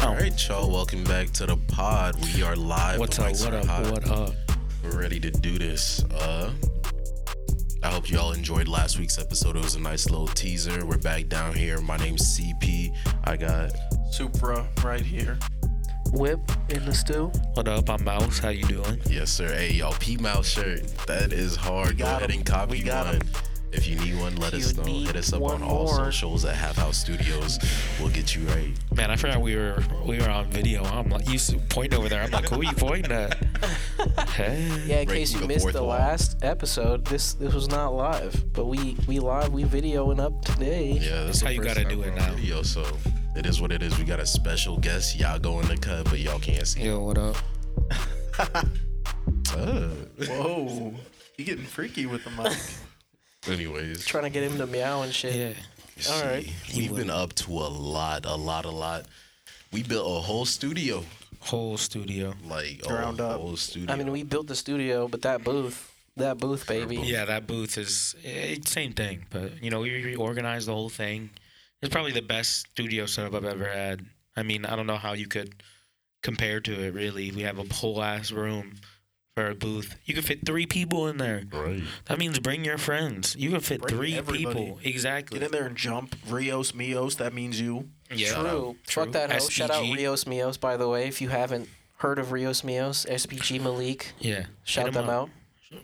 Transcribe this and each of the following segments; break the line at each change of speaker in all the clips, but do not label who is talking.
Oh.
right, y'all. Welcome back to the pod. We are live.
What's
The
up?
mics
What
are
up?
hot.
What up?
We're ready to do this. Uh, I hope y'all enjoyed last week's episode. It was a nice little teaser. We're back down here. My name's CP. I got
Supra right here.
Whip in the stew.
What up? I'm Mouse. How you doing?
yes, sir. Hey, y'all, P Mouse shirt. That is hard. Go
got
ahead
'em.
and copy
We got
one.
'em.
If you need one, let us
You
know.
need
Hit us up
one
on all
more.
socials at Half House Studios. We'll get you right.
Man, I forgot we were we were on video. I'm like, you s- pointing over there. I'm like, who you pointing at? Hey.
Yeah,
Breaking
in case you
the
missed
fourth
the
wall.
last episode, this this was not live, but we we live, we videoing up today.
Yeah, that's the
how you
first
gotta
time
do
we're
it
on
now.
Video, so it is what it is. We got a special guest. Y'all go in the cut, but y'all can't see.
Yo, what up?
Uh,
Whoa. you getting freaky with the mic.
anyways,
Trying to get him to meow and shit.
Yeah.
let's
all right.
see. We've been up to a lot, a lot, a lot. We built a whole studio,
Whole studio.
like a
Ground up.
whole studio.
I mean, we built the studio, but that booth, that booth, baby.
Yeah, that booth is it, same thing, but you know, we reorganized the whole thing. It's probably the best studio setup I've ever had. I mean, I don't know how you could compare to it. Really, we have a whole ass room for a booth. You could fit three people in there.
right.
That means bring your friends. You can fit
Bring
three
everybody.
people exactly.
Get in there and jump. Rios, Mios, that means you.
Yeah.
True. Fuck that hoe. Shout out
SPG.
Rios Mios, by the way, if you haven't heard of Rios Mios, SPG Malik.
Yeah.
Shout
Hit 'em
them out.
out.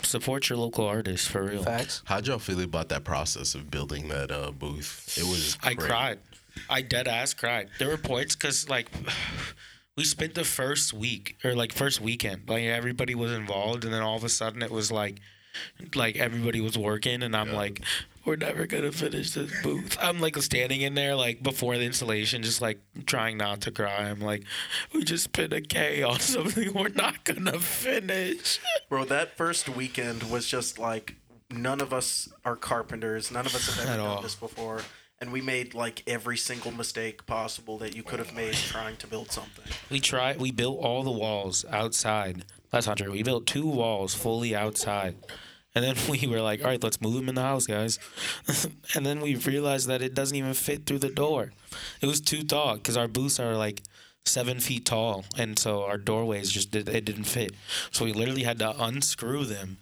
Support your local artists for real.
Facts.
How'd y'all feel about that process of building that uh, booth? It was.
I
great.
cried. I dead ass cried. There were points because like we spent the first week or like first weekend like everybody was involved and then all of a sudden it was like like everybody was working and I'm like we're never gonna finish this booth. I'm like standing in there like before the installation just like trying not to cry. I'm like we just spent a K on something we're not gonna finish.
Bro, that first weekend was just like none of us are carpenters. None of us have
At
ever
all.
done this before. And we made like every single mistake possible that you could have made trying to build something.
We tried. We built all the walls outside. That's not true. We built two walls fully outside, and then we were like, "All right, let's move them in the house, guys." and then we realized that it doesn't even fit through the door. It was too tall because our booths are like seven feet tall, and so our doorways just did, it didn't fit. So we literally had to unscrew them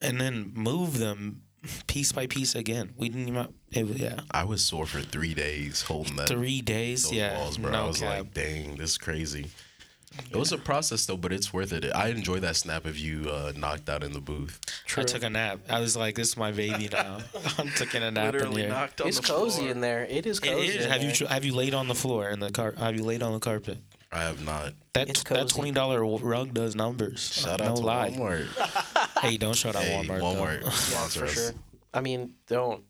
and then move them piece by piece again. We didn't even. It, was- yeah,
I was sore for three days holding that.
three days.
those
yeah,
walls, bro. I was
cap.
like, dang, this is crazy. It was a process though, but it's worth it. I enjoy that snap of you uh, knocked out in the booth.
I took a nap. I was like, "This is my baby now." I'm taking a nap in
Literally
here.
knocked on
It's
the
cozy
floor.
in there. It is
It
cozy.
is.
in
Have you
there.
tr- have you laid on the floor in the car? Have you laid on the carpet?
I have not.
That
It's
that
cozy.
twenty dollar rug does numbers.
Shout
no
out to
lie.
Walmart.
Hey, don't shout out
Hey,
Walmart.
Walmart.
Walmart.
sponsor
for
us.
sure. I mean, don't.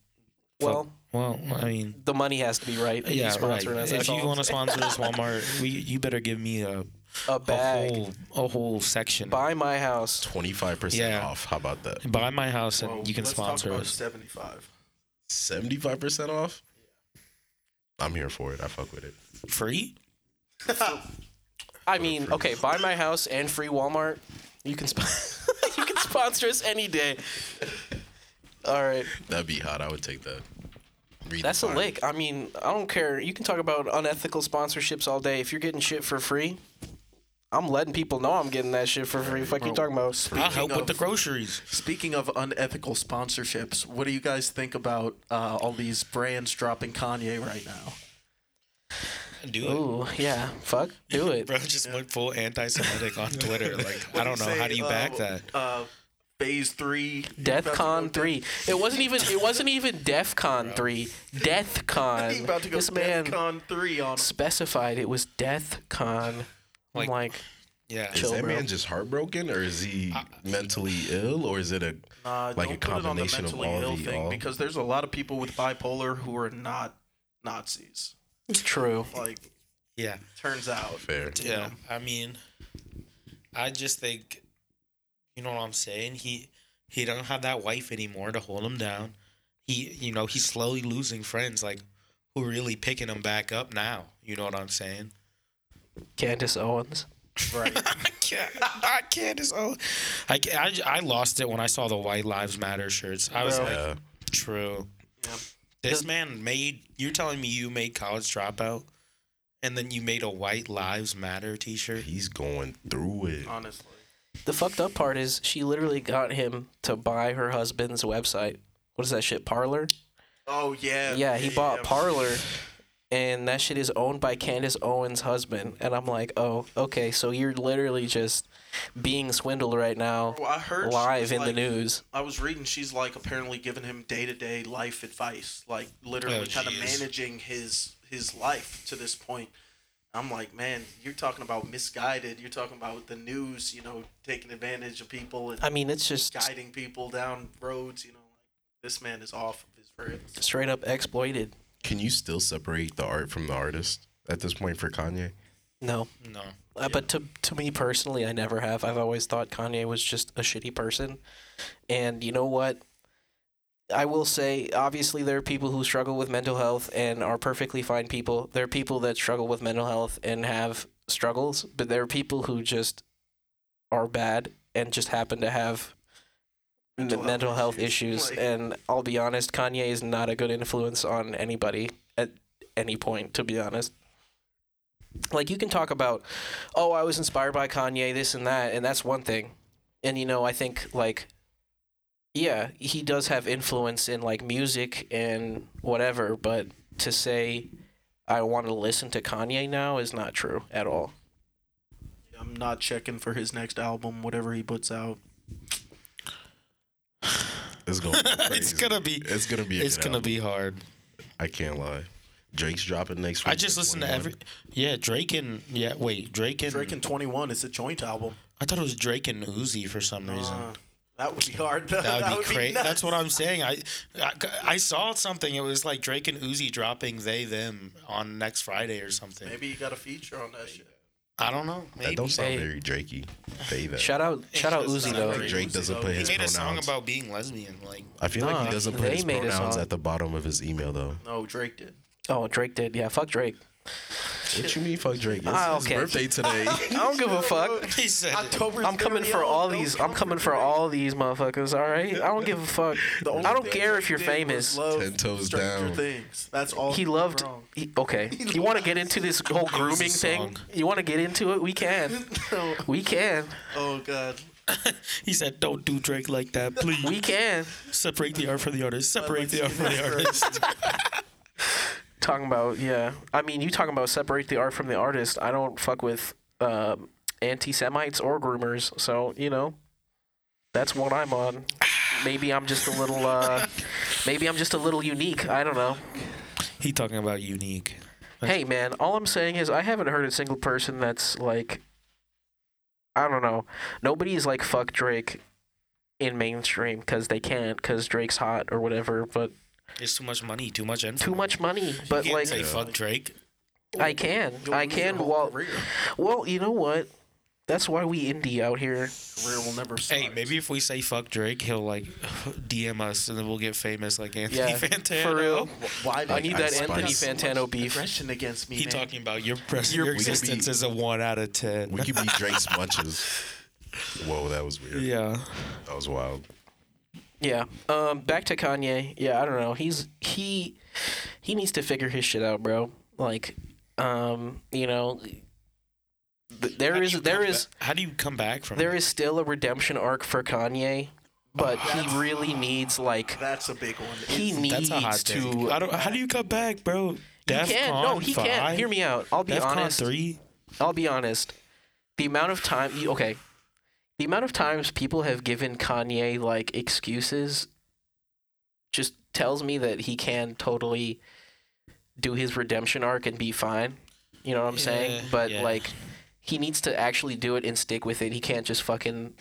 Well,
Well, I mean,
the money has to be right. if you
yeah, right.
sponsor us,
If
that's
you
all.
want to sponsor us, Walmart, we you better give me a
a
a
bag,
whole a whole section.
buy my house.
25%
Yeah.
off. How about that?
Buy my house and
Whoa,
you can
let's
sponsor
talk about
us.
75.
75% off? I'm here for it. I fuck with it.
Free?
I mean, okay, buy my house and free Walmart. You can sp- you can sponsor us any day. All right,
That'd be hot. I would take that. Read the
that's a
fine.
lick. I mean, I don't care. You can talk about unethical sponsorships all day. If you're getting shit for free, I'm letting people know I'm getting that shit for free. Fuck you talking about?
I'll help
of-
with the groceries.
Speaking of unethical sponsorships, what do you guys think about uh, all these brands dropping Kanye right now?
Do it.
Ooh, yeah, fuck, do it.
Bro just went full anti-Semitic on Twitter. Like I don't know how do you back that.
Uh, phase three.
Death
about to
Con
go
three. It wasn't even. It wasn't even Def Con three. Death Con.
Death- about to go
this man
Death Con three on.
specified it was Death Con.
Like-
I'm like,
Yeah.
Is
Chill,
that
bro.
man just heartbroken or is he
Uh,
mentally ill or is it a
Uh,
like
don't
a
put it on the
combination of
mentally
all
ill
the
thing
all?
because there's a lot of people with bipolar who are not Nazis.
true.
Like
Yeah.
turns out.
fair?
Yeah. I mean, I just think, you know what I'm saying? He he don't have that wife anymore to hold him down. He you know he's slowly losing friends like who really picking him back up now. You know what I'm saying?
Candace Owens.
Right.
I can't. I can't. It's all. I, ca- I, j- I lost it when I saw the White Lives Matter shirts. I was
Bro.
like,
Yeah.
true.
Yep.
This man made. You're telling me you made college dropout and then you made a White Lives Matter T-shirt.
He's going through it.
honestly.
The fucked up part is she literally got him to buy her husband's website. What is that shit? Parlor?
Oh yeah.
Yeah, he bought Parlor, and that shit is owned by Candace Owens' husband. And I'm like, oh, okay, so you're literally just being swindled right now,
Well, I heard she
live
was
in the
like-
news.
I was reading she's like apparently giving him day to day life advice, like literally
Oh,
kind of
jeez.
managing his his life to this point. I'm like, man, you're talking about misguided. You're talking about the news, you know, taking advantage of people and
I mean, it's just
guiding people down roads. You know, this man is off of his ribs.
straight up exploited.
Can you still separate the art from the artist at this point for Kanye?
No,
No,
Uh, but to to me personally, I never have. I've always thought Kanye was just a shitty person, and you know what? I will say, obviously, there are people who struggle with mental health and are perfectly fine people. There are people that struggle with mental health and have struggles, but there are people who just are bad and just happen to have mental,
Mental health
mental health issues.
issues. Like-
and I'll be honest, Kanye is not a good influence on anybody at any point, to be honest. Like, you can talk about, oh, I was inspired by Kanye, this and that, and that's one thing. And, you know, I think, like, yeah, he does have influence in like music and whatever, but to say I want to listen to Kanye now is not true at all.
I'm not checking for his next album, whatever he puts out.
Mm-hmm.
It's going.
It's gonna be-
It's gonna be. A
it's
good
gonna
album.
be hard.
I can't lie. Drake's dropping next week.
I just listened to
21.
every. Yeah, Drake and yeah, wait, Drake and
Drake and 21, it's a joint album.
I thought it was Drake and Uzi for some reason.
Uh, that would be hard. Though.
That would be crazy.
nuts.
That's what I'm saying. I, I I saw something. It was like Drake and Uzi dropping they them on next Friday or something.
Maybe you got a feature on that shit.
I don't know.
That
Maybe.
don't sound
Hey.
very Drakey. They that.
Shout out, shout out
just
Uzi
not
though.
great.
Drake doesn't put
He
his
He made a song
pronouns.
about being lesbian. Like
I feel like
Nah,
he doesn't put
they
his
made a
pronouns
song.
at the bottom of his email though.
No, Drake did.
Oh, Drake did. Yeah, fuck Drake.
What you mean, fuck Drake? It's
Ah,
his
okay.
birthday today.
I don't give a fuck.
he said,
October.
I'm coming for all these. I'm coming for all these motherfuckers. All right. I don't give a fuck. I don't care if you're famous.
Ten toes down.
Things. That's all.
He loved. He, okay. You want to get into this whole grooming thing?
song.
You want to get into it? We can.
No.
We can.
Oh God.
he said, don't do Drake like that, please.
We can.
Separate the art from the artist. Separate the art
let's
from the
see.
artist.
Talking about yeah. I mean, you talking about separate the art from the artist. I don't fuck with um, anti semites or groomers. So you know, that's what I'm on. Maybe I'm just a little. Uh, maybe I'm just a little unique. I don't know.
he talking about unique.
Hey man, all I'm saying is I haven't heard a single person that's like. I don't know. Nobody's like fuck Drake in mainstream because they can't because Drake's hot or whatever. But
There's too much money, too much info.
too much money. But
You can't
like
say fuck Drake.
I can,
You'll
I
lose your
can.
whole
While
career.
Well, you know what? That's why we indie out here.
Career will never. Start.
Hey, maybe if we say fuck Drake, he'll like DM us and then we'll get famous like Anthony
Yeah,
Fantano.
for real.
Why?
I need that
I
Anthony
spice-
Fantano beef.
Aggression against me.
He
man.
talking about your pres- your,
we could be-
existence is a one out of ten.
we could be Drake's munches. Whoa, that was weird.
yeah.
That was wild.
Yeah. Um. Back to Kanye. Yeah. I don't know. He's he he needs to figure his shit out, bro. Like, um. You know, th- there is there is
How do you come back from
there is still a redemption arc for Kanye, but he really needs like
That's a big one.
he
It's-
That's
needs
a hot
to.
take. I don't, how do you come back, bro?
He can. No, he can. Hear me out. I'll be
DEFCON
honest.
three.
I'll be honest. The amount of time, you, okay, the amount of times people have given Kanye like excuses just tells me that he can totally do his redemption arc and be fine. You know what I'm saying?
Yeah,
But
yeah.
like, he needs to actually do it and stick with it. He can't just fucking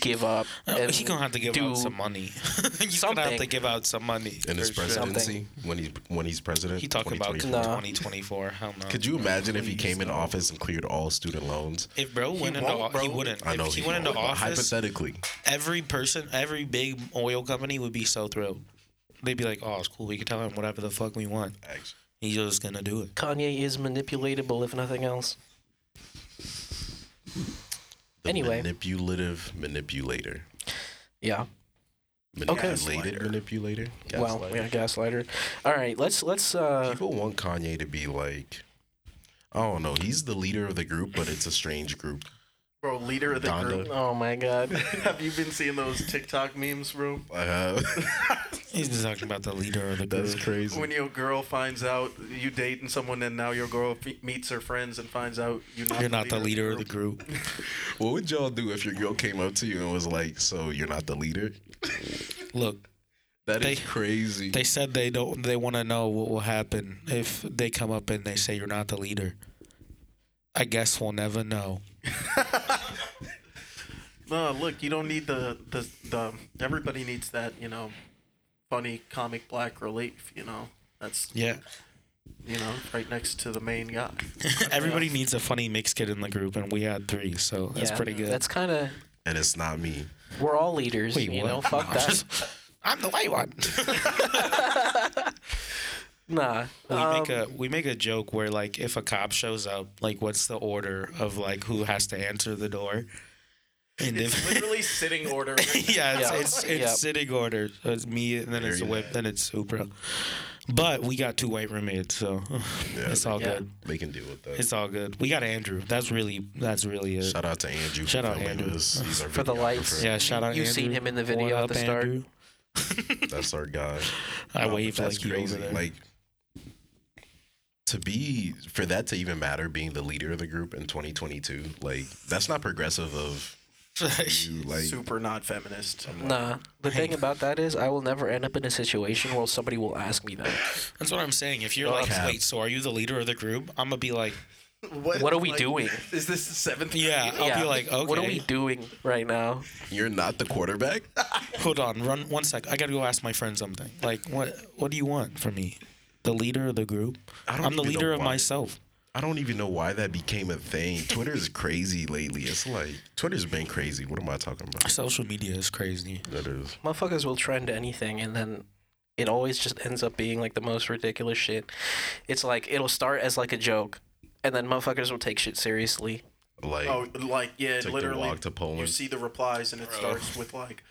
give up.
Uh,
and
He gonna have to give
do
out some money. He's gonna have
something.
to give out some money.
In his
for sure.
presidency, when he's when he's president,
He talking about
2024.
Nah.
2024. Hell no.
Could you imagine if he came in office and cleared all student loans?
If bro went into
won't,
o- he
bro.
wouldn't.
I know
if he, went into
won't, but
office,
Hypothetically,
every person, every big oil company would be so thrilled. They'd be like, "Oh, it's cool. We can tell him whatever the fuck we want.
actually,
He's just gonna do it."
Kanye is manipulatable, if nothing else.
the
Anyway.
manipulative manipulator,
Yeah.
manipulated manipulator.
Uh-huh.
Well, yeah, gaslighter. All right, let's let's. uh
People want Kanye to be like I don't know. He's the leader of the group, but it's a strange group.
Bro, leader of the
Donda.
group.
Oh my god.
Have you been seeing those TikTok memes, bro?
I have.
He's just talking about the leader of the
That is
group.
crazy.
When your girl finds out you dating someone and now your girl f- meets her friends and finds out you're not,
You're not the leader of the
group.
group.
What would y'all do if your girl came up to you and was like, "So you're not the leader?"
Look,
That is
They-
crazy.
they said they don't. They want to know what will happen if they come up and they say you're not the leader. I guess we'll never know.
No, look, you don't need the, the the everybody needs that, you know, funny comic black relief, you know. That's
Yeah.
you know, right next to the main guy.
Everybody needs a funny mix kid in the group, and we had three, so that's
Yeah,
pretty good.
That's kind of
and it's not me.
we're all leaders,
Wait,
you
what?
know. Fuck
I'm
that.
just- I'm the white one.
Nah.
we
um,
make a we make a joke where like if a cop shows up, like what's the order of like who has to answer the door? And
It's
if,
literally sitting order.
yeah, it's
Yeah.
it's, it's
Yeah.
sitting order. So it's me, and then it's the
you
whip, then it's Supra. But we got two white roommates, so it's all
Yeah.
good.
They can deal with that.
It's all good. We got Andrew. That's really that's really it.
Shout out to Andrew.
Shout
for
out
filming
Andrew.
this. He's our
For the lights.
videographer.
yeah, shout out.
You've
Andrew.
seen him in the
One
video at
up,
the start.
Andrew.
That's our guy.
I
No,
waved
but
like you over there.
Like to be for that to even matter, being the leader of the group in 2022, like that's not progressive of you. Like
Super not feminist.
Nah. The thing about that is, I will never end up in a situation where somebody will ask me that.
That's what I'm saying. If you're
No,
like,
cap.
wait, so are you the leader of the group? I'm gonna be like,
What are we doing?
Is this the seventh?
yeah. I'll
yeah.
be like, okay.
What are we doing right now?
you're not the quarterback.
Hold on, run one sec. I gotta go ask my friend something. Like, what? What do you want from me? The leader of the group.
I don't
I'm
even
the
know
leader of
why.
myself.
I don't even know why that became a thing. Twitter's crazy lately. It's like Twitter's been crazy. What am I talking about?
Social media is crazy.
That is.
Motherfuckers will trend anything, and then it always just ends up being like the most ridiculous shit. It's like it'll start as like a joke, and then motherfuckers will take shit seriously.
Like
Oh, like yeah,
Took the
literally.
walk to Poland.
You see the replies, and it starts with like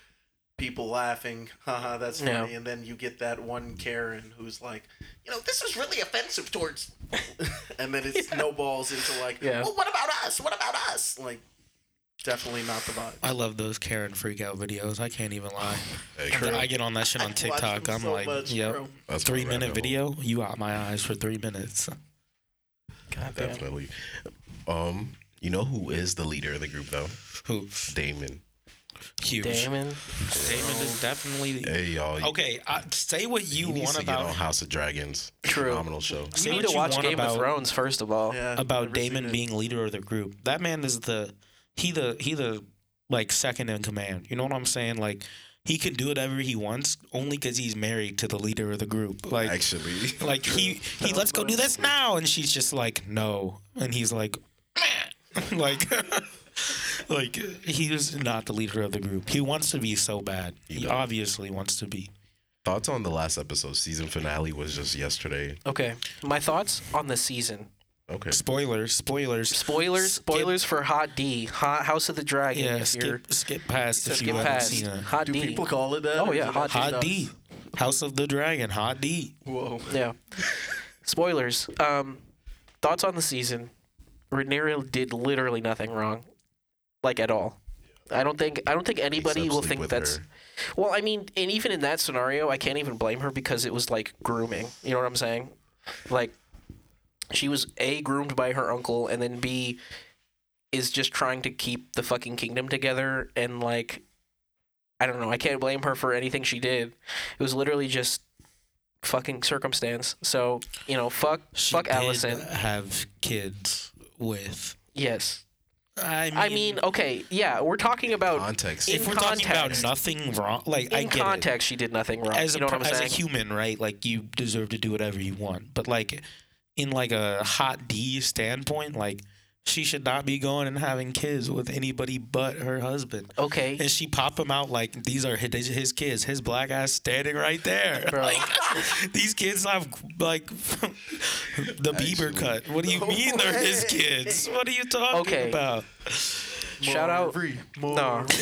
people laughing, haha, that's
Yeah.
funny, and then you get that one Karen who's like, you know, this is really offensive towards, and then it snowballs into like,
Yeah.
well, what about us? What about us? Like, definitely not the vibe.
I love those Karen freakout videos. I can't even lie.
Hey,
When
bro,
I get on that shit on
watch them
TikTok. I'm
so
like,
much,
yep.
bro.
that's my
Three minute
rabbit hole.
video. You out my eyes for three minutes.
God damn.
Definitely. Um, you know who is the leader of the group though?
Who?
Damon.
Huge. Damon,
Damon.
is definitely.
Hey y'all. you-
Okay, uh, say what
He
you
needs
want
to get
about
on House of Dragons.
True.
Phenomenal show.
We
Say
need
what
to
you
watch
want
Game
about-
of Thrones first of all.
Yeah, I've
about
never seen
Damon
it.
being leader of the group. That man is the he the he the like second in command. You know what I'm saying? Like he can do whatever he wants only because he's married to the leader of the group. Like
Actually.
like he he let's go do this now, and she's just like no, and he's like "Meh." like. Like he is not the leader of the group. He wants to be so bad. He
does.
obviously wants to be.
Thoughts on the last episode? Season finale was just yesterday.
Okay. My thoughts on the season.
Okay.
Spoilers, spoilers.
Spoilers.
Skip-
Spoilers for Hot D. Hot House of the Dragon.
Yeah,
if you're
skip skip past if you
skip
haven't
past
seen uh, it.
Hot
Do
D.
people call it that?
Oh,
or
yeah,
is it
hot
just
Hot
us?
D, House of the Dragon. Hot D.
Whoa.
Yeah. Spoilers. Um, thoughts on the season? Rhaenyra did literally nothing wrong, like at all. I don't think I don't think anybody
Except
will
sleep
think
with
that's.
her.
Well, I mean, and even in that scenario, I can't even blame her because it was like grooming. You know what I'm saying? Like, she was a groomed by her uncle, and then b is just trying to keep the fucking kingdom together and like I don't know, I can't blame her for anything she did. It was literally just fucking circumstance. So, you know, fuck
She
fuck
did
Allison.
Have kids with.
Yes.
I mean,
I mean, okay, yeah, we're talking about
Context.
in
if we're talking about
context-
nothing wrong, like I
in
get it.
context she did nothing wrong.
As a,
you know what
per-
I'm
as a
saying?
human, right? Like you deserve to do whatever you want, but like in like a hot D standpoint, like she should not be going and having kids with anybody but her husband.
okay.
And she pop him out like these are his, his kids. His black ass standing right there.
Bro.
Like, these kids have like the Bieber
Actually.
cut. What do you mean they're his kids? What are you talking
Okay.
about?
Shout out No.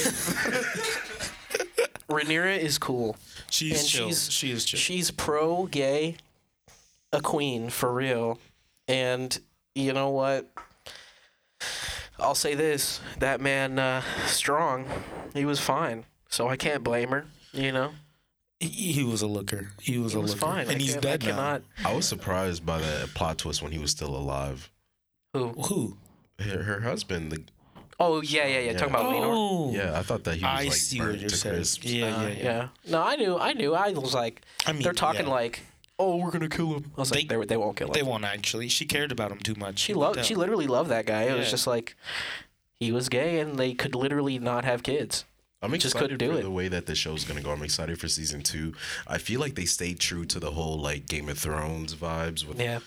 Rhaenyra is cool.
She's
And
chill.
she's-
she is chill.
She's pro gay, a queen for real, and you know what? I'll say this: that man, uh, strong. He was fine, so I can't blame her. You know,
He, he was a looker. He was
he
a
was
looker,
fine.
and
I
he's
can't- I
dead
cannot.
I was surprised by that plot twist when he was still alive.
Who?
now. Who?
Her, her husband, the,
Oh yeah, yeah, yeah. Talking about Lenore.
yeah, I thought that he was
I
like
see what
burnt
you're
to
saying.
crisp.
Oh. Yeah,
Uh,
yeah, yeah,
No, I knew. I knew. I was like,
I mean,
they're talking
yeah.
like, oh, we're gonna kill him. I was like,
They-
they, they won't kill him.
they won't actually. She cared about him too much.
She loved. She literally loved that guy. It was
Yeah.
just like he was gay, and they could literally not have kids.
I'm excited
Just couldn't do
for
it.
the way that the show's gonna go. I'm excited for season two. I feel like they stayed true to the whole like Game of Thrones vibes with
Yeah.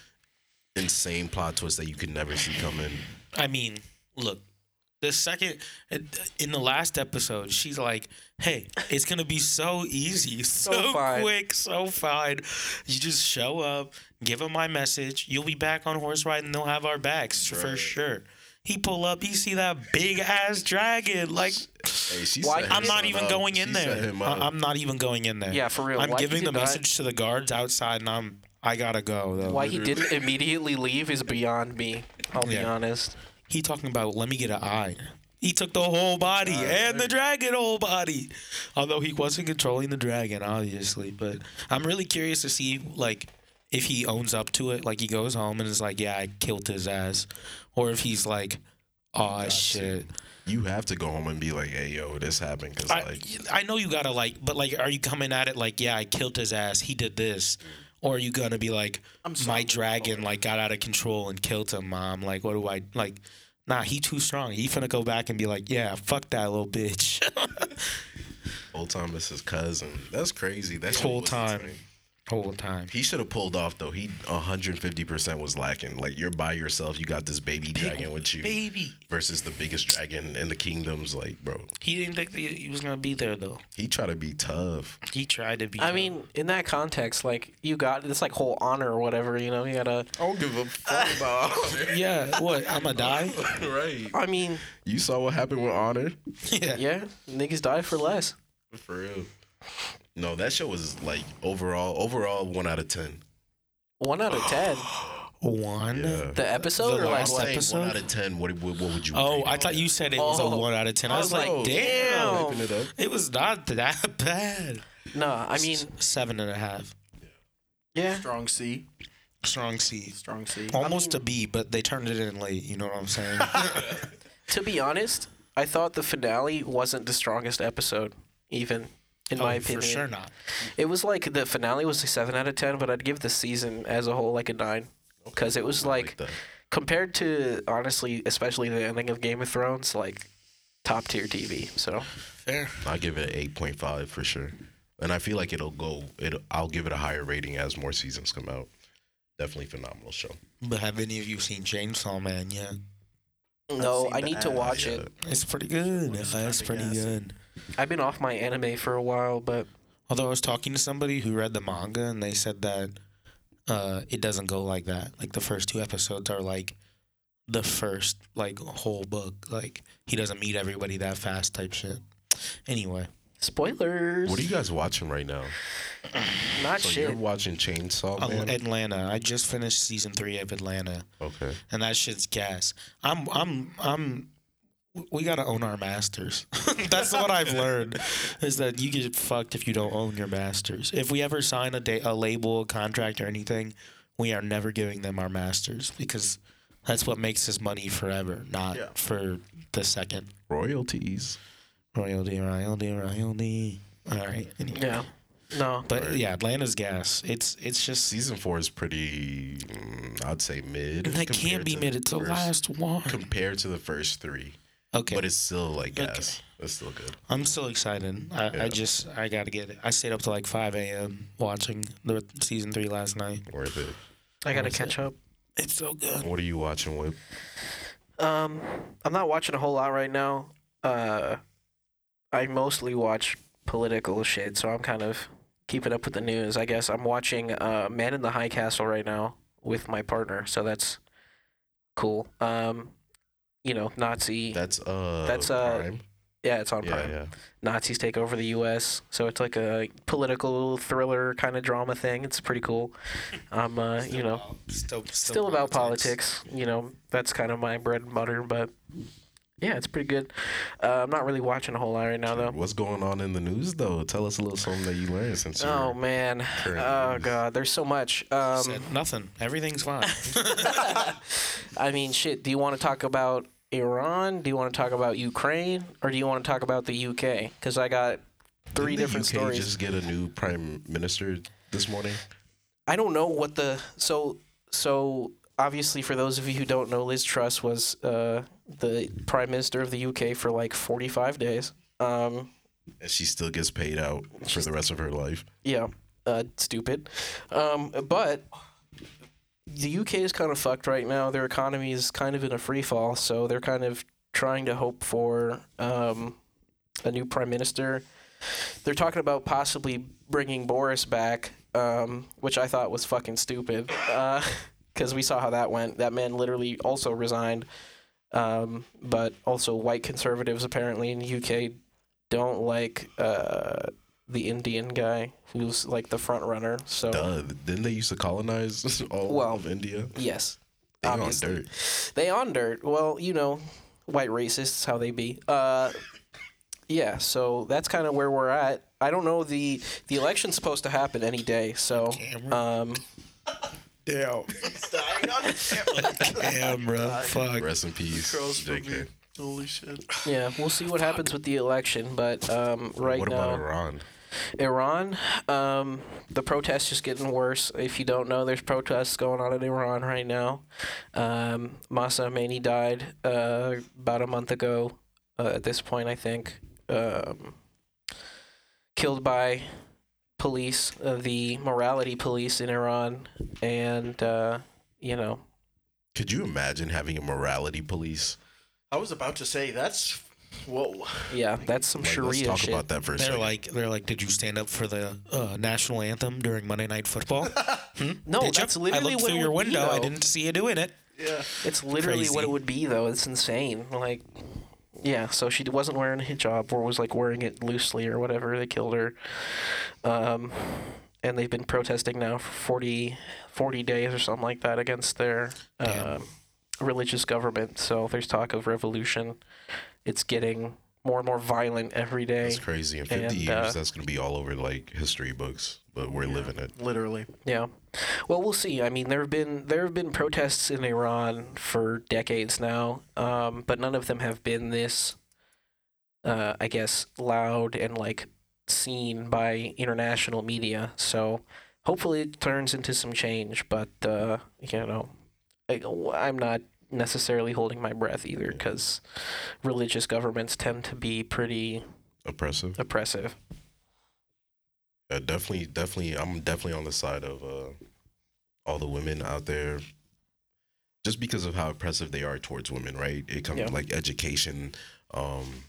insane plot twists that you could never see coming.
I mean, look, the second in the last episode, she's like, "Hey, it's gonna be so easy, so,
fine.
quick, so fine. You just show up, give them my message. You'll be back on horse riding. They'll have our backs for
Right.
sure." He pull up, he see that big ass dragon. Like
Hey, she
Why-
set
I'm
his
not
son
even
up.
going
She
in
set
there.
him
I-
up.
I'm not even going in there.
Yeah, for real.
I'm
Why he
giving the
did not-
message to the guards outside, and I'm I gotta go though.
Why he didn't immediately leave is beyond me. I'll be
Yeah.
honest.
He talking about let me get an eye. He took the whole body and the dragon whole body. Although he wasn't controlling the dragon, obviously. But I'm really curious to see like if he owns up to it. Like he goes home and is like, Yeah, I killed his ass. Or if he's like, Oh shit.
you have to go home and be like, "Hey, yo, this happened." Because
I,
like,
I know you gotta like but like are you coming at it like, yeah, I killed his ass, he did this? Or are you gonna be like
I'm sorry.
my dragon like got out of control and killed him, mom. Like, what do I like? Nah, he too strong. He finna go back and be like, yeah, fuck that little bitch.
old Thomas his cousin. That's crazy. That's
Whole time. Whole time.
He should have pulled off though. He 150 percent was lacking. Like you're by yourself. You got this baby dragon with you
Baby,
versus the biggest dragon in the kingdoms. Like, bro,
he didn't think that he was gonna be there though.
he tried to be tough.
He tried to be.
I mean, in that context, like you got this like whole honor or whatever. You know, you gotta.
I don't give a fuck about
yeah, what? I'ma die.
honor. right.
I mean,
You saw what happened with honor.
yeah.
yeah, niggas die for less.
For real. No, that show was like overall, overall one out of ten.
One out of ten.
One.
Yeah.
The episode
The
or like
last
what?
Saying one
episode?
out of ten. What, what, what would you?
Oh,
rate
I
on
thought
that?
you said it was a
Oh.
one out of ten. I
I
was,
was like,
Oh,
like, damn,
damn.
Hyping it up.
it was not that bad.
No, I mean,
seven and a half.
yeah.
Strong C.
Strong C.
Strong C.
Almost a B, but they turned it in late. You know what I'm saying?
To be honest, I thought the finale wasn't the strongest episode, even in my
Oh,
opinion.
For sure not.
It was like the finale was a seven out of ten, but I'd give the season as a whole like a nine because it was like,
Like that.
compared to honestly, especially the ending of Game of Thrones, like top tier TV. So
Fair.
I give it an eight point five for sure, and I feel like it'll go. It I'll give it a higher rating as more seasons come out. Definitely phenomenal show.
But have any of you seen Chainsaw Man yet?
no,
seen
I
the
need to
ad,
watch
yeah.
it.
It's pretty good.
It's
That's
kinda
pretty
gassy.
good.
I've been off my anime for a while, but
Although I was talking to somebody who read the manga and they said that uh, it doesn't go like that. Like the first two episodes are like the first like whole book. Like he doesn't meet everybody that fast type shit. Anyway,
spoilers.
What are you guys watching right now?
Not
So
shit.
you're watching Chainsaw
Oh,
Man.
Atlanta. I just finished season three of Atlanta.
okay.
and that shit's gas. I'm I'm I'm we gotta own our masters. That's what I've learned is that you get fucked if you don't own your masters. If we ever sign a day, a label, a contract, or anything, we are never giving them our masters because that's what makes us money forever, not
Yeah.
for the second
Royalties.
royalty, royalty, royalty. All right, anyway.
Yeah. No.
But yeah, Atlanta's gas. It's it's just
Season four is pretty. mm, I'd say mid.
that can't
compared
be
to
mid. It's the
first-
last one.
Compared to the first three,
Okay,
but it's still like gas. It's still good.
I'm still excited. I,
Yeah.
I just I gotta get it. I stayed up to like 5 a.m. watching the season three last night.
Worth it.
I gotta catch up.
It's so good.
What are you watching with?
Um, I'm not watching a whole lot right now. Uh, I mostly watch political shit, so I'm kind of keeping up with the news. I guess I'm watching uh, Man in the High Castle right now with my partner, so that's cool. Um, you know, Nazi.
That's uh.
That's, uh,
Prime?
Yeah, it's on
Yeah,
Prime.
yeah.
Nazis take over the U.S., so it's like a political thriller kind of drama thing. It's pretty cool. I'm, uh, you know,
still, still,
still about politics. You know, that's kind of my bread and butter, but yeah, it's pretty good. Uh, I'm not really watching a whole lot right now, though.
What's going on in the news though? Tell us a little something that you learned since you're
Oh man,
current
oh
news.
god, there's so much. Um,
Said nothing. Everything's fine.
I mean, shit. Do you want to talk about Iran? Do you want to talk about Ukraine, or do you want to talk about the UK? Because I got three
Didn't
different
the UK
stories.
Just get a new prime minister this morning.
I don't know what the so so obviously for those of you who don't know, Liz Truss was uh, the prime minister of the UK for like 45 days. Um,
And she still gets paid out for the rest of her life.
yeah, uh, stupid. Um, but the UK is kind of fucked right now. Their economy is kind of in a free fall, so they're kind of trying to hope for um, a new prime minister. They're talking about possibly bringing Boris back, um, which I thought was fucking stupid, because we saw how that went. That man literally also resigned. Um, but also, white conservatives apparently in the UK don't like uh, the Indian guy who's like the front runner. So
Duh. Didn't they used to colonize all
Well,
of India?
yes,
They on
obviously.
dirt.
They on dirt. Well, you know, white racists how they be. Uh, yeah. So that's kind of where we're at. I don't know the the election's supposed to happen any day. So um,
Damn.
Dying on camera.
Damn, bro. Fuck.
Rest in peace.
Curls for
JK.
me. Holy shit.
yeah, we'll see what happens with the election. But um, right
What
now,
about Iran?
Iran, um, the protests just getting worse. If you don't know, there's protests going on in Iran right now. Um, Masa Amini died uh, about a month ago. Uh, at this point, I think um, killed by police, uh, the morality police in Iran, and uh, you know,
Could you imagine having a morality police?
I was about to say that's whoa.
yeah, that's some
Like, let's
Sharia
talk
shit.
about that for a
They're
second.
like, they're like, did you stand up for the uh, national anthem during Monday Night Football? Hmm?
No,
Did
that's
you?
literally
I looked
what
through
it
your
would be,
window. I
though.
didn't see you doing it.
Yeah.
It's literally what
Crazy.
it would be, though. It's insane. Like, yeah. So she wasn't wearing a hijab, or was like wearing it loosely, or whatever. They killed her. Um, and they've been protesting now for 40, 40 days or something like that against their
Damn.
um religious government. So there's talk of revolution. It's getting more and more violent every day.
That's crazy. In 50
And,
years,
uh,
that's going to be all over like history books, but we're living it.
Literally.
Yeah. Well, we'll see. I mean, there have been there have been protests in Iran for decades now, um, but none of them have been this, uh, I guess, loud and like seen by international media. So hopefully it turns into some change. But uh, you know, I, I'm not necessarily holding my breath either because religious governments tend to be pretty
Oppressive.
oppressive.
Yeah, Uh, definitely, definitely. I'm definitely on the side of uh, all the women out there, just because of how oppressive they are towards women. Right? It comes
Yeah.
like education, um,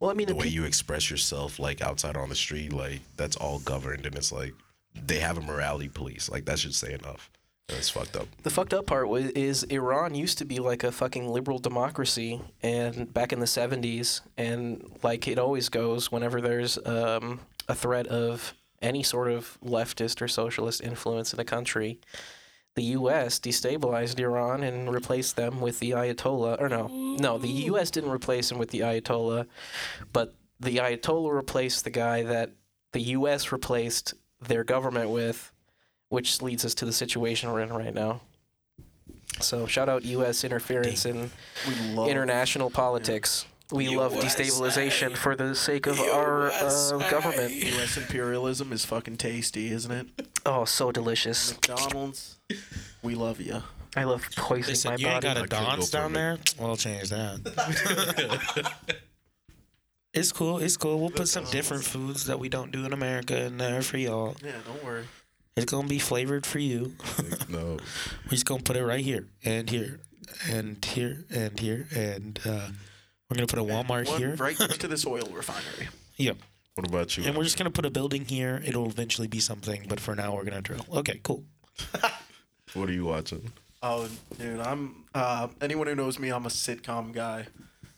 Well, I mean,
the
if
way
peop-
you express yourself, like outside on the street, like that's all governed, and it's like they have a morality police. Like that should say enough. And it's fucked up.
The fucked up part wa is Iran used to be like a fucking liberal democracy, and back in the '70s, and like it always goes, whenever there's um, a threat of any sort of leftist or socialist influence in the country, the U.S. destabilized Iran and replaced them with the Ayatollah. Or no, no, the U.S. didn't replace him with the Ayatollah, but the Ayatollah replaced the guy that the U.S. replaced their government with, which leads us to the situation we're in right now. So shout out U.S. interference in
We love
international politics. We love destabilization for the sake of our uh, government.
U.S. imperialism is fucking tasty, isn't it?
Oh, so delicious!
McDonald's, we love you.
I love
They
poisoning my
said you ain't
body.
got
I
a
couldn't go
dance
for a
down there. Well, change that. it's cool. It's cool. We'll put some different foods that we don't do in America in there for y'all.
Yeah, don't worry.
It's gonna be flavored for you.
Like, no,
We're just gonna put it right here and here and here and here and uh, we're gonna put a Walmart
One
here.
right next to this oil refinery.
Yeah,
what about you?
and we're just gonna put a building here. It'll eventually be something, but for now we're gonna drill. Okay, cool.
what are you watching?
Oh, dude, I'm. Uh, anyone who knows me, I'm a sitcom guy.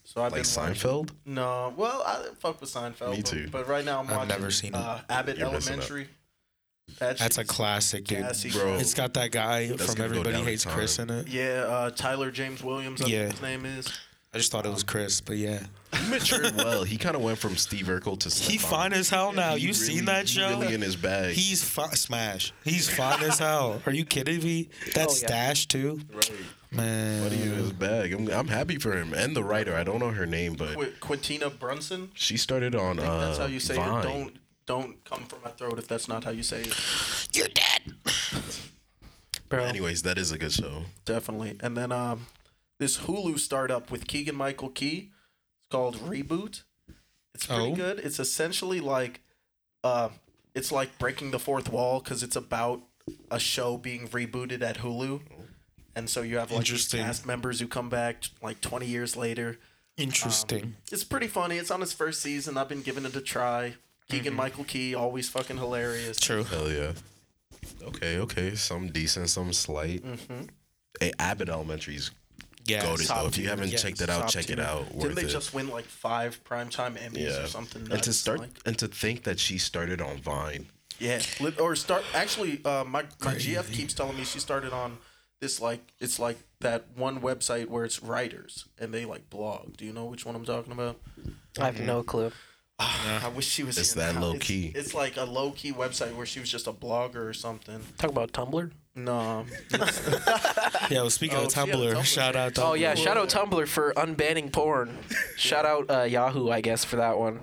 So I've
Like
been watching-
Seinfeld?
No, well, I fuck with Seinfeld.
Me
but-
too.
But, right now I'm
I've
watching.
never seen it.
uh, Abbott
You're missing out.
Elementary. That
That's a
shit's-
classic, dude.
Gassy
Bro.
shit.
It's got that guy
That's gonna
from
go
Everybody
down in
Hates Chris
time.
in it.
Yeah, uh, Tyler James Williams. I
Yeah.
think his name is.
I just thought it
Um,
was Chris, but yeah.
He matured well. He kind of went from Steve Urkel to
He
Stefan.
fine as hell now.
He
You
really-
seen that
he
show?
Really in his bag.
He's fi- smash. He's fine as hell. Are you kidding me? That
Oh, yeah.
stash too,
right.
man.
Buddy in his bag. I'm, I'm happy for him and the writer. I don't know her name, but
Qu- Quintina Brunson.
she started on.
I think
Uh,
that's how you say
Vine.
it. Don't don't come from my throat if that's not how you say it.
You're dead.
bro.
Anyways, that is a good show.
Definitely. And then um, this Hulu startup with Keegan Michael Key. It's called Reboot. It's pretty
Oh.
good. It's essentially like, uh, it's like breaking the fourth wall because it's about a show being rebooted at Hulu, and so you have like these
Interesting.
cast members who come back like 20 years later.
Interesting.
Um,
It's pretty funny. It's on its first season. I've been giving it a try. Keegan
Mm-hmm.
Michael Key always fucking hilarious.
True.
Hell yeah. Okay, okay. Some decent, some slight. Hey, Abbott Elementary's
Yeah.
goaded
Mm-hmm. top
though. If you
tier.
haven't
Yes,
checked it out,
Top
check it
tier.
out. Worth
Didn't they
it.
just win like five primetime Emmys
yeah.
or something?
and to
nuts?
start
Like-
and to think that she started on Vine.
Yeah, lit- or start. Actually, uh, my my GF keeps telling me she started on this like it's like that one website where it's writers and they like blog. Do you know which one I'm talking about?
I have no clue.
I wish she was.
It's
here
that
now.
low
It's-
key.
It's, like a low key website where she was just a blogger or something.
Talk about Tumblr.
No,
Yeah. Well, speaking
Oh,
of
she had a
Tumblr,
Tumblr.
shout out. Tumblr.
Oh yeah, shout out Tumblr for unbanning porn. Shout out uh, Yahoo, I guess, for that one.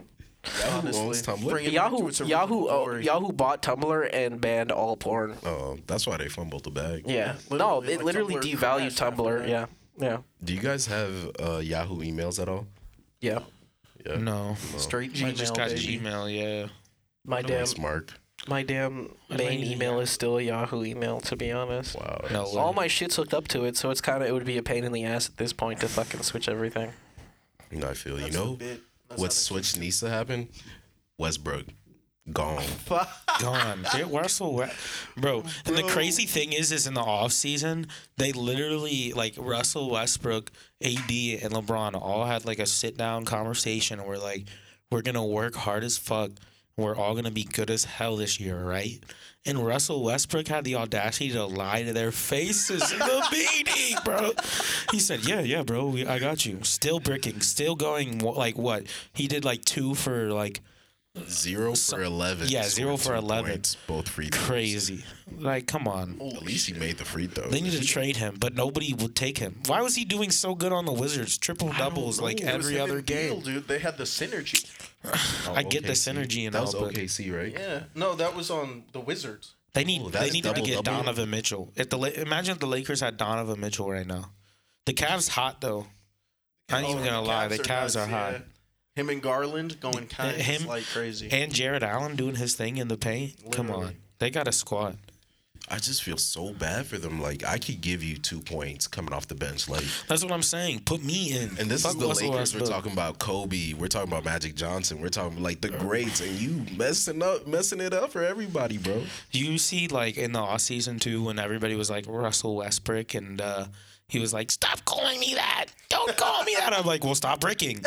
honestly,
owns Tumblr?
bring it back to
Yahoo,
its original
Yahoo, oh,
glory.
Yahoo bought Tumblr and banned all porn.
Oh, that's why they fumbled the bag.
Yeah,
Yeah,
no,
literally,
it
like,
literally
Tumblr
devalued
crashed after
Tumblr.
that.
Yeah, yeah,
Do you guys have uh, Yahoo emails at all?
yeah.
Yeah.
No.
Straight
I
Gmail.
just got
baby.
Gmail. Yeah.
My damn,
Thanks, Mark.
my damn
do I
main
need
email is still a Yahoo email. To be honest,
Wow.
No.
that's-
all my shit's hooked up to it, so it's kind of it would be a pain in the ass at this point to fucking switch everything.
You know, I feel.
That's
you
a
know
bit- that's
what
not a-
switch needs to happen? Westbrook gone.
gone. They- We're so wet, bro. And the crazy thing is, is in the off season, they literally like Russell Westbrook, AD, and LeBron all had like a sit down conversation where like we're gonna work hard as fuck. We're all gonna be good as hell this year, right? And Russell Westbrook had the audacity to lie to their faces in the meeting, bro. He said, "Yeah, yeah, bro, we, I got you." Still bricking, still going. wh- Like what? He did like two for like
Zero for eleven.
yeah,
scored
zero for
two
11.
points, both free throws.
crazy. Like, come on.
At least he made the free throws.
They need
Mm-hmm.
to trade him, but nobody would take him. Why was he doing so good on the Wizards? Triple doubles like
It was
every
him and
other game.
Beal, dude. They had the synergy.
I get the synergy and
that
all,
was
but
OKC, right?
Yeah, no, that was on the Wizards.
they need
Oh,
they
that's
need to get
double-double?
Donovan Mitchell. If the La- imagine if the Lakers had Donovan Mitchell right now. The Cavs hot though. I
Oh,
ain't even gonna lie, the Cavs are, hot.
high. Him and Garland going kind of
him-
like crazy.
And Jared Allen doing his thing in the paint. Come
Literally.
on, they got a squad.
I just feel so bad for them. Like I could give you two points coming off the bench, like.
That's what I'm saying. Put me in.
And this
Fuck
is the
Russell
Lakers. We're
Westbrook.
talking about Kobe. We're talking about Magic Johnson. We're talking like the greats, and you messing up, messing it up for everybody, bro.
Do you see like in the off season too when everybody was like Russell Westbrook and uh, he was like, "Stop calling me that! Don't call me that!" I'm like, "Well, stop breaking,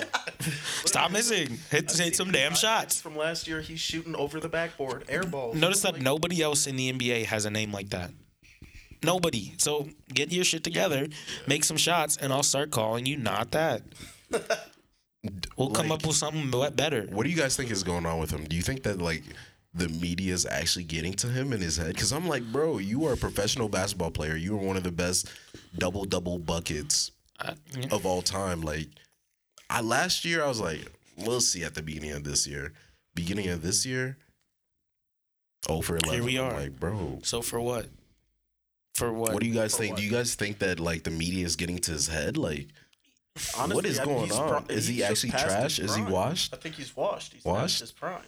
stop missing, hit, hit some damn shots."
From last year, he's shooting over the backboard, air balls.
Notice that nobody else in the NBA has a name like that. Nobody. So get your shit together, make some shots, and I'll start calling you not that. We'll come up with something be- better.
What do you guys think is going on with him? Do you think that like the media is actually getting to him in his head? Because I'm like, bro, you are a professional basketball player. You are one of the best double double buckets
I-
of all time. Like I last year, I was like, we'll see at the beginning of this year. Beginning of this year, oh for eleven.
we
I'm
are.
like, bro.
So for what? For what?
What do you guys
For
think?
what?
Do you guys think that like the media is getting to his head? Like,
Honestly,
what is
I-
going
he's
on?
pro-
is he
he's just
actually
past his
trash? Is he
prime.
washed?
I think he's washed. He's
Washed?
washed his prime.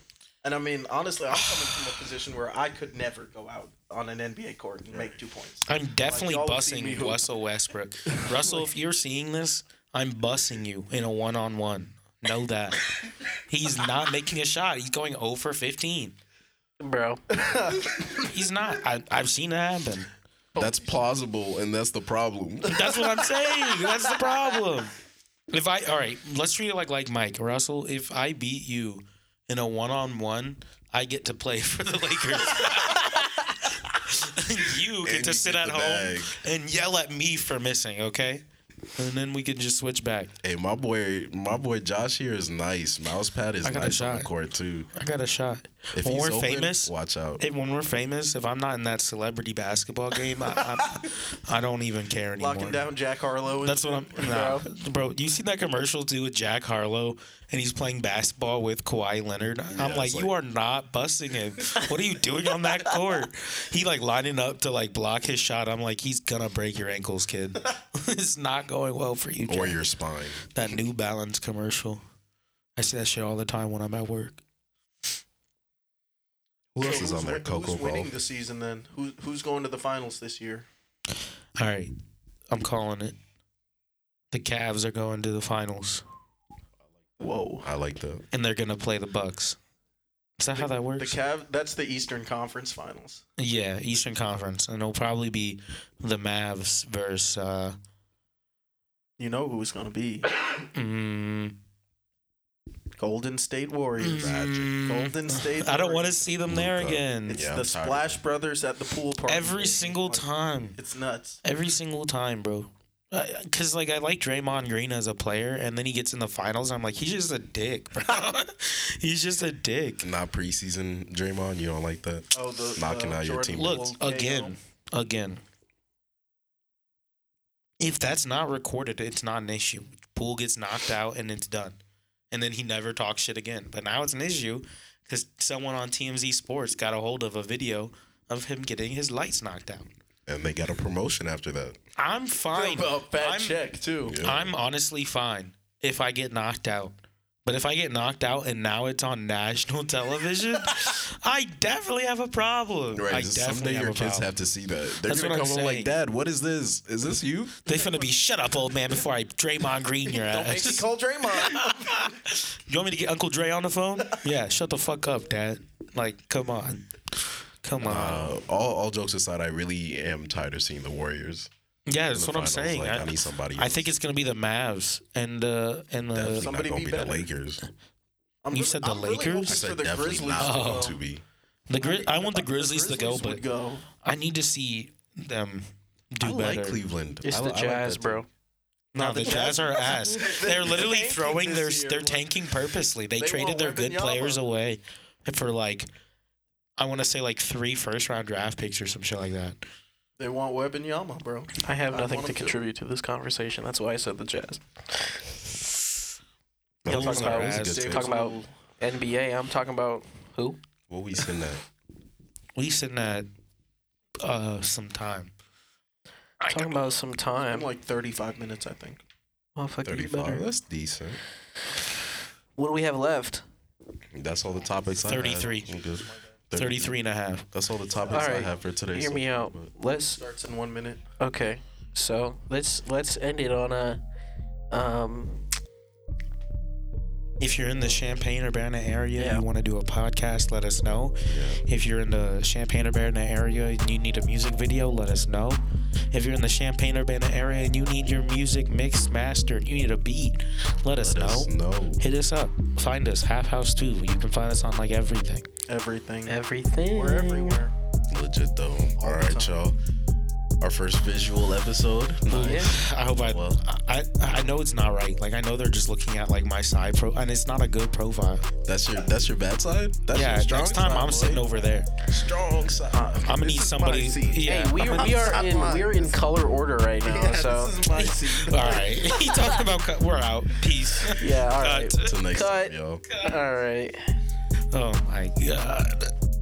And I mean, honestly, I'm coming from a position where I could never go out on an NBA court and make two points.
I'm definitely
y'all see me
bussing
hoop.
Russell Westbrook. Russell, if you're seeing this, I'm bussing you in a one on one. Know that. He's not making a shot. He's going 0 for 15.
Bro,
He's not. I, I've seen it happen.
That's plausible, and that's the problem.
That's what I'm saying. That's the problem. If I all right, let's treat it like like Mike Russell. If I beat you in a one on one, I get to play for the Lakers. you get
And
to
you
sit
get the
at home
bag.
and yell at me for missing, okay? And then we can just switch back.
Hey, my boy, my boy Josh here is nice. Mousepad is
I got a
nice on the
shot.
court too.
I got a shot.
If
when
he's
we're
open,
famous,
watch out.
if, when we're famous, if I'm not in that celebrity basketball game, I, I, I don't even care anymore.
Locking down Jack Harlow. And
That's what I'm. Nah. Bro, you see that commercial too with Jack Harlow and he's playing basketball with Kawhi Leonard? I'm
it's
like, you are not busting him. What are you doing on that court? He like lining up to like block his shot. I'm like, he's gonna break your ankles, kid. it's not going well for you.
Or
Jack.
your spine.
That New Balance commercial. I see that shit all the time when I'm at work.
Who
So
else is
who's
on there?
win-
Coco
Who's
Ball.
winning the season then? Who, who's going to the finals this year?
All right, I'm calling it. The Cavs are going to the finals
Whoa.
I like that.
and they're gonna play the Bucks. Is that how that works?
The Cav. That's the Eastern Conference Finals.
Yeah, Eastern Conference, and it'll probably be the Mavs versus. Uh,
You know who it's going to be?
mm,
Golden State Warriors.
Mm-hmm.
Tragic.
Golden State.
I don't want
Warriors.
to see them there
Luka.
again.
It's
Yeah,
the
I'm tired of
Splash Brothers at the pool party.
Every single
Like,
time,
It's nuts.
every single time, bro. Because like I like Draymond Green as a player, and then he gets in the finals. I'm like, he's just a dick, bro. he's just a dick.
Not preseason, Draymond. You don't like that?
Oh, the
Knocking
the
out your
Jordan
teammates.
Look
Poole KO.
again, again. If that's not recorded, it's not an issue. Poole gets knocked out and it's done, and then he never talks shit again. But now it's an issue because someone on TMZ Sports got a hold of a video of him getting his lights knocked out.
And they got a promotion after that.
I'm fine.
A bad
I'm,
check too.
Yeah.
I'm honestly fine if I get knocked out. But if I get knocked out and now it's on national television, I definitely have a problem. I
Right.
definitely
Someday
have
your
a problem.
kids have to see that. They're
That's
gonna come
what I'm
home
saying.
like, Dad, what is this? Is this you?
They finna be shut up, old man, before I Draymond Green your
Don't make me
ass.
call Draymond.
You want me to get Uncle Dre on the phone? Yeah, shut the fuck up, Dad. Like, come on, come on.
Uh, all, all jokes aside, I really am tired of seeing the Warriors.
yeah, that's
the
what I'm
finals,
saying.
like,
I,
I need somebody
I
else.
think it's gonna be the Mavs and uh, and
Definitely
the.
Somebody
not gonna
be
be,
better.
the Lakers.
I'm
You
really-
said the
I'm really hoping
Lakers? I
So
for the
definitely
Grizzlies.
not
Oh.
going to be.
The Gri- I want the
thought
Grizzlies to go, but
would go.
I need to see them do
I
better.
like Cleveland.
It's
I,
the
I like
Jazz,
that team.
bro.
No, the Jazz are ass. They're literally
tanking
throwing
this
their
year,
they're
like-
tanking purposely. They,
They
traded
want
their good
Wembanyama.
players away for like I want to say like three first round draft picks or some shit like that.
They want Webb and Yama, bro.
I have
I
nothing
want
to
'em to.
contribute to this conversation. That's why I said the Jazz.
That
Yeah,
was a-
talking about-
that was a
Jazz.
good
Talking
take.
Talking about NBA, I'm talking about who?
What we send that?
We sitting at uh some time.
talking about some
I'm
time.
like 35 minutes, I think.
Motherfucker, you
35.
better.
That's decent.
What do we have left?
That's all the topics I have.
33.
I'm good.
33 and a half.
That's all the topics I
Alright,
have for today.
Hear
so
me
far,
out.
but-
Let's
Starts in one minute.
Okay, so let's let's end it on a um
If you're in the Champaign Urbana area
Yeah.
you want to do a podcast, let us know. If you're in the Champaign Urbana area and you need a music video, let us know. If you're in the Champaign Urbana area and you need your music mixed, mastered, you need a beat, let us know.
Just no.
hit us up. Find us, Half House 2. You can find us on like everything.
Everything.
everything.
We're everywhere.
Legit though. All right, y'all. Our first visual episode.
Yeah.
I hope I,
Well-
I, I know it's not right. Like I know they're just looking at like my side pro, and it's not a good profile.
That's your that's your bad side. That's
yeah,
your strong
next time
side,
I'm
boy.
sitting over there.
strong side.
Uh,
I'm gonna need somebody. Yeah,
Hey, we,
I'm-
we are in we are in color order right now. so
This is my seat.
all right. he talking about cut. We're out. Peace.
yeah, all right,
Cut.
Till next
Cut.
time, y'all.
all right.
Oh my god.